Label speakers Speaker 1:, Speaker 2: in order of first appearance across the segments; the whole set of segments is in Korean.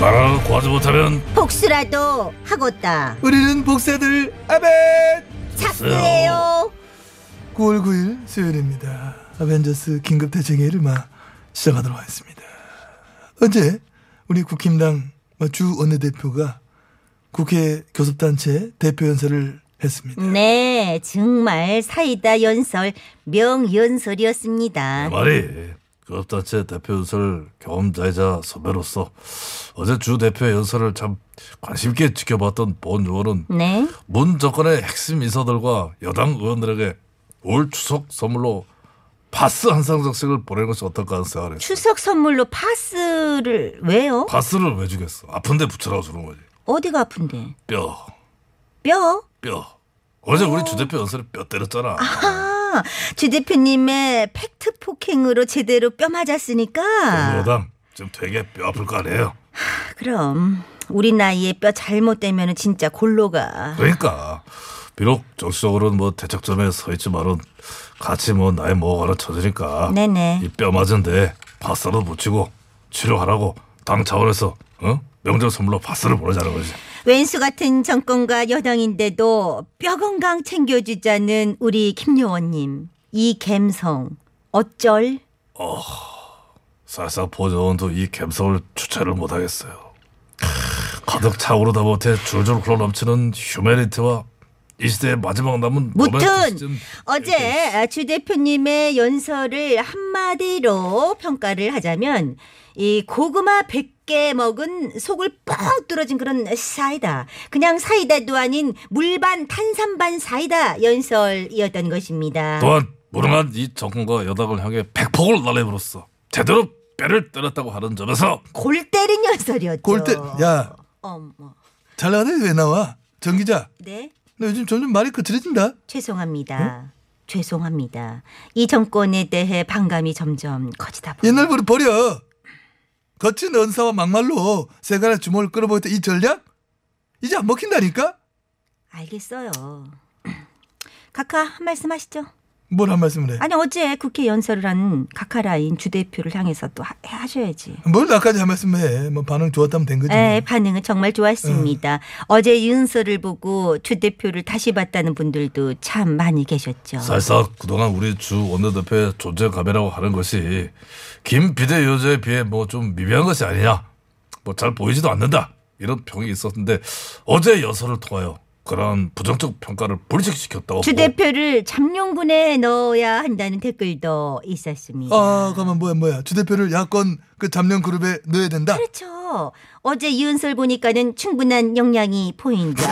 Speaker 1: 나라가 구하지 못하면
Speaker 2: 복수라도 하겠다.
Speaker 3: 우리는 복사들 아벤
Speaker 2: 착수해요.
Speaker 3: 9월 9일 수요일입니다. 아벤져스 긴급 대책회의를 막 시작하도록 하겠습니다. 어제 우리 국힘당 뭐 주 원내대표가 국회 교섭단체 대표 연설을 했습니다.
Speaker 2: 네, 정말 사이다 연설 명연설이었습니다.
Speaker 1: 말이 그업단체 대표 연설 경험자이자 선배로서 어제 주 대표 연설을 참 관심 있게 지켜봤던 본 의원은
Speaker 2: 네.
Speaker 1: 문 정권의 핵심 인사들과 여당 의원들에게 올 추석 선물로 파스 한 상장씩을 보내는 것이 어떨까 하는 생각을 했어요.
Speaker 2: 추석 선물로 파스를 왜요?
Speaker 1: 파스를 왜 주겠어? 아픈데 붙여라고 주는 거지.
Speaker 2: 어디가 아픈데?
Speaker 1: 뼈,
Speaker 2: 뼈?
Speaker 1: 뼈. 어제 우리 주 대표 연설에 뼈 때렸잖아.
Speaker 2: 아, 주 대표님의 팩트 폭행으로 제대로 뼈 맞았으니까.
Speaker 1: 그 여당 지금 되게 뼈 아플 거 아니에요.
Speaker 2: 그럼 우리 나이에 뼈 잘못되면 진짜 골로가.
Speaker 1: 그러니까 비록 정치적으로는 뭐 대척점에 서 있지만은 같이 뭐 나이 먹어가는 처지니까
Speaker 2: 네네.
Speaker 1: 이 뼈 맞은데 파스라도 붙이고 치료하라고 당 차원에서 어? 명절 선물로 파스를 보내자는 거지.
Speaker 2: 왼수 같은 정권과 여당인데도 뼈 건강 챙겨주자는 우리 김요원님 이 감성 어쩔?
Speaker 1: 사실상 보조원도 이 감성을 주체를 못하겠어요. 크, 가득 차오르다 못해 줄줄 흘러 넘치는 휴메니티와 이 시대의 마지막 남은
Speaker 2: 무튼
Speaker 1: 로맨티시즘. 네,
Speaker 2: 어제 주 대표님의 연설을 한마디로 평가를 하자면 이 고구마 100개 먹은 속을 뻥 뚫어진 그런 사이다. 그냥 사이다도 아닌 물반 탄산반 사이다 연설이었던 것입니다.
Speaker 1: 또한 무능한 이 정권과 여당을 향해 백폭을 날려버렸어. 제대로 뼈를 때렸다고 하는 점에서
Speaker 2: 골 때린 연설이었죠.
Speaker 3: 골대 야
Speaker 2: 어머.
Speaker 3: 잘나가데왜 나와? 정 기자
Speaker 2: 네.
Speaker 3: 너 요즘 점점 말이 거칠어진다.
Speaker 2: 죄송합니다. 죄송합니다. 이 정권에 대해 반감이 점점 커지다 보니
Speaker 3: 옛날부터 버려. 거친 언사와 막말로 세간의 주목을 끌어모았던 이 전략 이제 안 먹힌다니까?
Speaker 2: 알겠어요. 카카 한 말씀 하시죠.
Speaker 3: 뭘 한 말씀을 해?
Speaker 2: 아니 어제 국회 연설을 한 카카라인 주 대표를 향해서 또 하, 하셔야지.
Speaker 3: 뭘 나까지 한 말씀을 해? 뭐 반응 좋았다면 된 거지.
Speaker 2: 네, 반응은 정말 좋았습니다. 어제 윤서를 보고 주 대표를 다시 봤다는 분들도 참 많이 계셨죠.
Speaker 1: 사실상 그동안 우리 주 원내대표의 존재감이라고 하는 것이 김 비대위원장에 비해 뭐 좀 미비한 것이 아니냐 뭐 잘 보이지도 않는다 이런 평이 있었는데 어제 여서를 통하여 그런 부정적 평가를 불식시켰다고
Speaker 2: 주
Speaker 1: 뭐
Speaker 2: 대표를 잠룡군에 넣어야 한다는 댓글도 있었습니다.
Speaker 3: 아, 가만 뭐야 뭐야 주 대표를 야권 그 잡념 그룹에 넣어야 된다.
Speaker 2: 그렇죠. 어제 이은설 보니까는 충분한 역량이 보인다.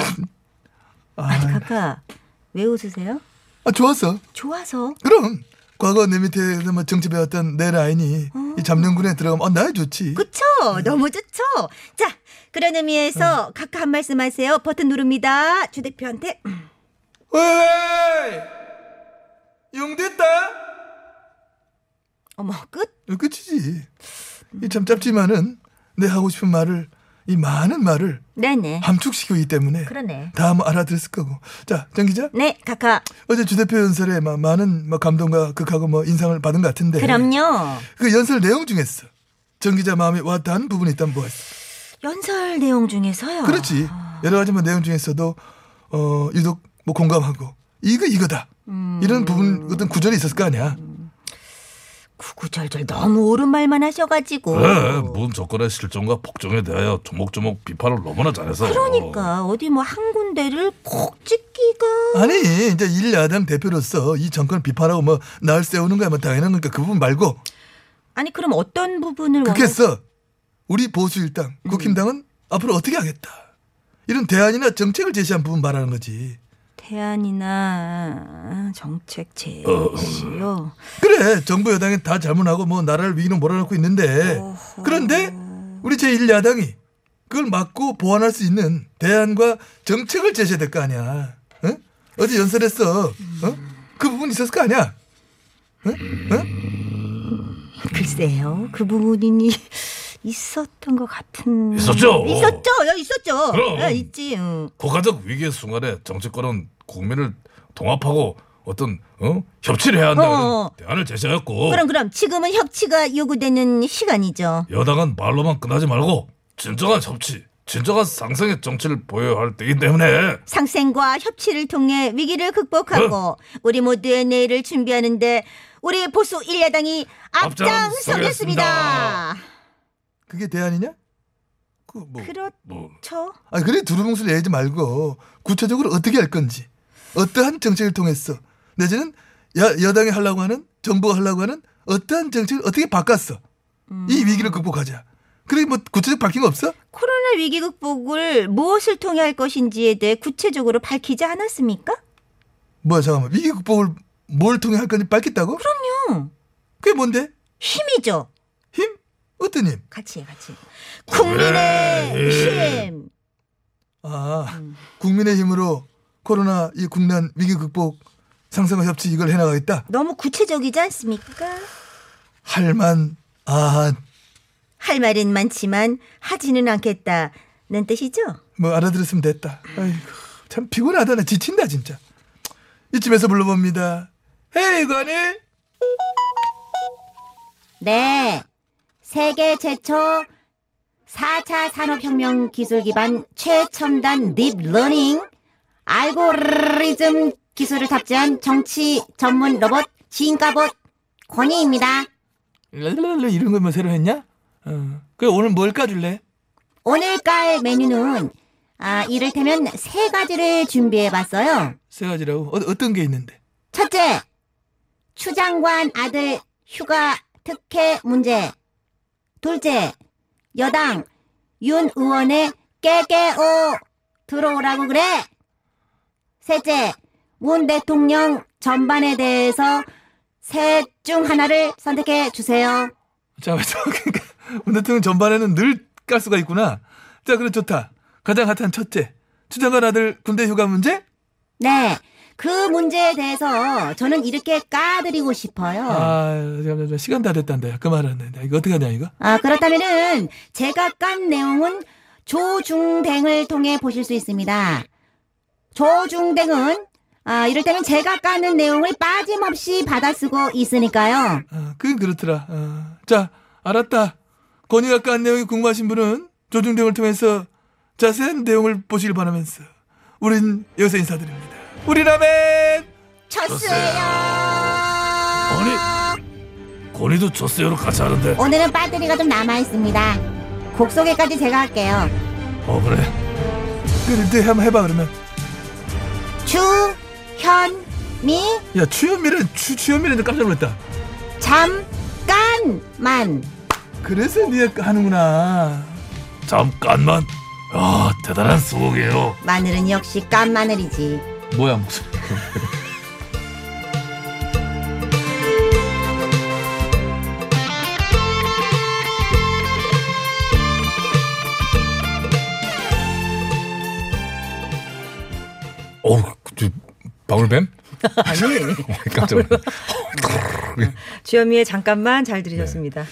Speaker 2: 아니
Speaker 3: 아,
Speaker 2: 카카 왜 웃으세요?
Speaker 3: 아, 좋았어.
Speaker 2: 좋아서
Speaker 3: 그럼 과거 내 밑에서 뭐 정치 배웠던 내 라인이 이 잡념군에 들어가면 어, 나야 좋지.
Speaker 2: 그쵸? 너무 좋죠? 자 그런
Speaker 3: 음.
Speaker 2: 의미에서 카카 한 말씀 하세요. 버튼 누릅니다. 주 대표한테
Speaker 3: 왜? 용됐다?
Speaker 2: 어머 끝?
Speaker 3: 끝이지. 이 참 짧지만은 내 하고 싶은 말을 이 많은 말을
Speaker 2: 네네
Speaker 3: 함축시키기 때문에
Speaker 2: 그러네.
Speaker 3: 다 뭐 알아들었을 거고. 자, 정 기자.
Speaker 2: 네 카카
Speaker 3: 어제 주 대표 연설에 막 많은 막 감동과 극하고 뭐 인상을 받은 것 같은데.
Speaker 2: 그럼요.
Speaker 3: 그 연설 내용 중에서 정 기자 마음에 와닿은 부분이 있다면 뭐였어?
Speaker 2: 연설 내용 중에서요.
Speaker 3: 그렇지. 여러 가지 뭐 내용 중에서도 어 유독 뭐 공감하고 이거 이거다 이런 부분 어떤 구절이 있었을 거 아니야.
Speaker 2: 구구절절 너무 옳은 말만 하셔가지고.
Speaker 3: 네.
Speaker 1: 그래 문 정권의 네, 실정과 복종에 대하여 조목조목 비판을 너무나 잘해서
Speaker 2: 그러니까 어디 뭐 한 군데를 콕 찍기가.
Speaker 3: 아니 이제 일 야당 대표로서 이 정권 비판하고 뭐 나을 세우는 거야 뭐 당연한 거니까 그 부분 말고
Speaker 2: 아니 그럼 어떤 부분을
Speaker 3: 그렇게
Speaker 2: 원하-
Speaker 3: 써 우리 보수 일당 국힘당은 앞으로 어떻게 하겠다 이런 대안이나 정책을 제시한 부분 말하는 거지.
Speaker 2: 해안이나 정책 음. 제시요.
Speaker 3: 그래 정부 여당이 다 잘못하고 뭐 나라를 위기로 몰아넣고 있는데
Speaker 2: 어허.
Speaker 3: 그런데 우리 제1야당이 그걸 막고 보완할 수 있는 대안과 정책을 제시해야 될 거 아니야 응? 어제 연설했어 어? 그 부분 있었을 거 아니야 응? 응?
Speaker 2: 글쎄요, 그 부분이 있었던 것 같은.
Speaker 1: 있었죠.
Speaker 2: 있었죠, 야, 있었죠.
Speaker 1: 그럼.
Speaker 2: 야, 있지. 응.
Speaker 1: 국가적 위기의 순간에 정치권은 국민을 통합하고 어떤 어? 협치를 해야 한다는
Speaker 2: 어어.
Speaker 1: 대안을 제시했고
Speaker 2: 그럼 그럼 지금은 협치가 요구되는 시간이죠.
Speaker 1: 여당은 말로만 끝나지 말고 진정한 협치, 진정한 상생의 정치를 보여야 할 때이기 때문에
Speaker 2: 상생과 협치를 통해 위기를 극복하고 우리 모두의 내일을 준비하는데 우리 보수 일야당이 앞장서겠습니다.
Speaker 1: 앞장서겠습니다.
Speaker 3: 그게 대안이냐? 그뭐
Speaker 2: 그렇죠.
Speaker 1: 뭐
Speaker 3: 아, 그래 두루뭉술 얘기하지 말고 구체적으로 어떻게 할 건지 어떠한 정책을 통해서 내지는 야, 여당이 하려고 하는 정부가 하려고 하는 어떠한 정책을 어떻게 바꿨어
Speaker 2: 음.
Speaker 3: 이 위기를 극복하자 그래 뭐 구체적 밝힌 거 없어?
Speaker 2: 코로나 위기 극복을 무엇을 통해 할 것인지에 대해 구체적으로 밝히지 않았습니까?
Speaker 3: 뭐야 잠깐만 위기 극복을 뭘 통해 할 건지 밝혔다고?
Speaker 2: 그럼요.
Speaker 3: 그게 뭔데?
Speaker 2: 힘이죠.
Speaker 3: 힘? 어떤 힘?
Speaker 2: 같이 해, 같이. 국민의 힘.
Speaker 3: 아
Speaker 2: 음.
Speaker 3: 국민의 힘으로 코로나 이 국난 위기 극복 상생과 협치 이걸 해나가겠다
Speaker 2: 너무 구체적이지 않습니까?
Speaker 3: 할만 아뭐
Speaker 2: 할 말은 많지만 하지는 않겠다는 뜻이죠.
Speaker 3: 뭐 알아들었으면 됐다 아이고 참 피곤하다 나 지친다 진짜 이쯤에서 불러봅니다 헤이 관이
Speaker 2: 네. 세계 최초 4차 산업혁명 기술 기반 최첨단 딥러닝 알고리즘 기술을 탑재한 정치 전문 로봇 진가봇 권희입니다.
Speaker 3: 랄랄라 이런 거뭐 새로 했냐? 어. 그래 오늘 뭘 까줄래?
Speaker 2: 오늘 깔 메뉴는 아, 이를테면 세 가지를 준비해봤어요.
Speaker 3: 세 가지라고 어, 어떤 게 있는데?
Speaker 2: 첫째, 추장관 아들 휴가 특혜 문제. 둘째, 여당 윤 의원의 깨깨오 들어오라고 그래. 셋째, 문 대통령 전반에 대해서 셋 중 하나를 선택해 주세요.
Speaker 3: 잠깐만 잠깐만. 그러니까 문 대통령 전반에는 늘 깔 수가 있구나 자 그래 좋다 가장 핫한 첫째 추장관 아들 군대 휴가 문제?
Speaker 2: 네. 그 문제에 대해서 저는 이렇게 까드리고 싶어요.
Speaker 3: 아 잠깐만 시간 다 됐단다 그만하는데 이거 어떻게 하냐 이거?
Speaker 2: 아, 그렇다면은 제가 깐 내용은 조중댕을 통해 보실 수 있습니다. 조중댕은 아, 이를테면 제가 까는 내용을 빠짐없이 받아쓰고 있으니까요.
Speaker 3: 아, 그건 그렇더라. 아, 자, 알았다. 건의가 깐 내용이 궁금하신 분은 조중동을 통해서 자세한 내용을 보시길 바라면서 우린 여기서 인사드립니다. 우리라면
Speaker 2: 쳤어요.
Speaker 1: 아니 권위도 줬어요로 같이 하는데
Speaker 2: 오늘은 빠뜨리가 좀 남아 있습니다. 곡 소개까지 제가 할게요.
Speaker 1: 어 그래
Speaker 3: 그래, 한번 해봐 그러면.
Speaker 2: 추현미
Speaker 3: 야, 추현미는 추 추현미는 깜짝 놀랐다.
Speaker 2: 잠깐만.
Speaker 3: 그래서 네가 하는구나.
Speaker 1: 잠깐만 아 대단한 수고해요
Speaker 2: 마늘은 역시 깐 마늘이지.
Speaker 3: 뭐야 목소리.
Speaker 1: 어 그, 방울뱀?
Speaker 4: 아니
Speaker 1: 깜짝 놀랐네
Speaker 4: 주현미의 잠깐만 잘 들으셨습니다.
Speaker 1: 네.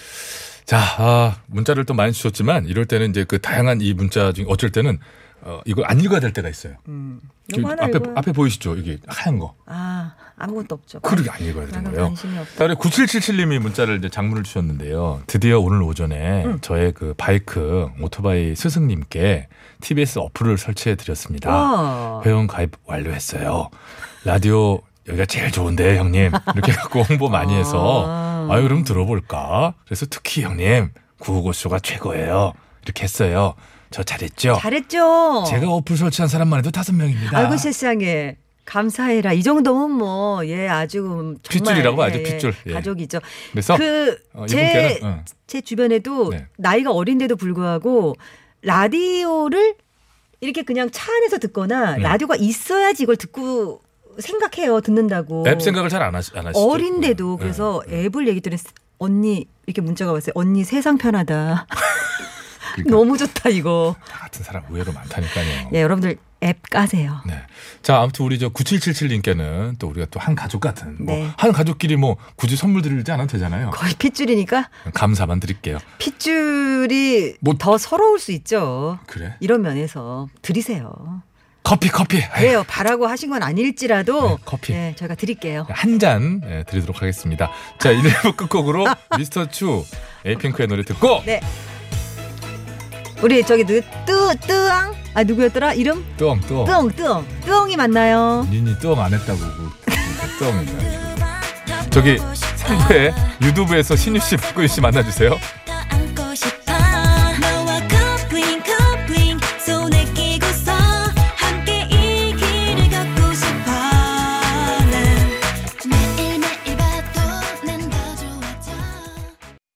Speaker 1: 자, 아, 문자를 또 많이 주셨지만 이럴 때는 이제 그 다양한 이 문자 중에 어쩔 때는 어, 이걸 안 읽어야 될 때가 있어요.
Speaker 4: 음, 이거
Speaker 1: 지금
Speaker 4: 하나
Speaker 1: 앞에
Speaker 4: 읽어요.
Speaker 1: 앞에 보이시죠? 이게 하얀 거.
Speaker 4: 아 아무것도 없죠.
Speaker 1: 그렇게 안 읽어야 되는
Speaker 4: 나는
Speaker 1: 거예요.
Speaker 4: 관심이 없어.
Speaker 1: 다음에 9777님이 문자를 이제 장문을 주셨는데요. 드디어 오늘 오전에
Speaker 4: 음.
Speaker 1: 저의 그 바이크 오토바이 스승님께 TBS 어플을 설치해 드렸습니다.
Speaker 4: 와.
Speaker 1: 회원 가입 완료했어요. 라디오 여기가 제일 좋은데 형님 이렇게 갖고 홍보 많이 해서
Speaker 4: 아.
Speaker 1: 아유 그럼 들어볼까. 그래서 특히 형님 구호고쇼가 최고예요. 이렇게 했어요. 저 잘했죠.
Speaker 4: 어, 잘했죠.
Speaker 1: 제가 어플 설치한 사람만 해도 다섯 명입니다.
Speaker 4: 아이고 세상에 감사해라. 이 정도면 뭐 예 아주 정말
Speaker 1: 핏줄이라고 봐야죠,
Speaker 4: 예,
Speaker 1: 핏줄. 예.
Speaker 4: 가족이죠.
Speaker 1: 그래서 어,
Speaker 4: 그제제
Speaker 1: 이분께는, 응.
Speaker 4: 주변에도
Speaker 1: 네.
Speaker 4: 나이가 어린데도 불구하고 라디오를 이렇게 그냥 차 안에서
Speaker 1: 네.
Speaker 4: 듣거나 라디오가 있어야지 이걸 듣고 생각해요. 듣는다고.
Speaker 1: 앱 생각을 잘 안 하시, 안 하시죠.
Speaker 4: 어린데도
Speaker 1: 네.
Speaker 4: 그래서 앱을 얘기 들었을 때 언니 이렇게 문자가 왔어요. 언니 세상 편하다.
Speaker 1: 그러니까.
Speaker 4: 너무 좋다 이거.
Speaker 1: 네. 다 같은 사람 의외로 많다니까요.
Speaker 4: 예, 여러분들 앱 까세요.
Speaker 1: 네. 자, 아무튼 우리 저 9777님께는 또 우리가 또 한 가족 같은
Speaker 4: 네.
Speaker 1: 뭐 한 가족끼리 뭐 굳이 선물 드리지 않아도 되잖아요.
Speaker 4: 거의 핏줄이니까
Speaker 1: 감사만 드릴게요.
Speaker 4: 핏줄이
Speaker 1: 뭐-
Speaker 4: 더 서러울 수 있죠.
Speaker 1: 그래?
Speaker 4: 이런 면에서 드리세요.
Speaker 1: 커피 커피.
Speaker 4: 그래요. 바라고 하신 건 아닐지라도
Speaker 1: 네, 커피.
Speaker 4: 예, 저희가 드릴게요.
Speaker 1: 한 잔 예, 드리도록 하겠습니다. 자, 1부 끝곡으로 미스터 추 에이핑크의 노래 듣고
Speaker 4: 네. 우리 저기 누뜨 뜨앙 아 누구였더라 이름
Speaker 1: 똥 똥.
Speaker 4: 뜨엉 뜨엉 뜨엉이 만나요.
Speaker 1: 니니 똥 안 했다고 그 똥이다. 저기 상대 유튜브에서 신유 씨, 박구윤 씨 만나주세요.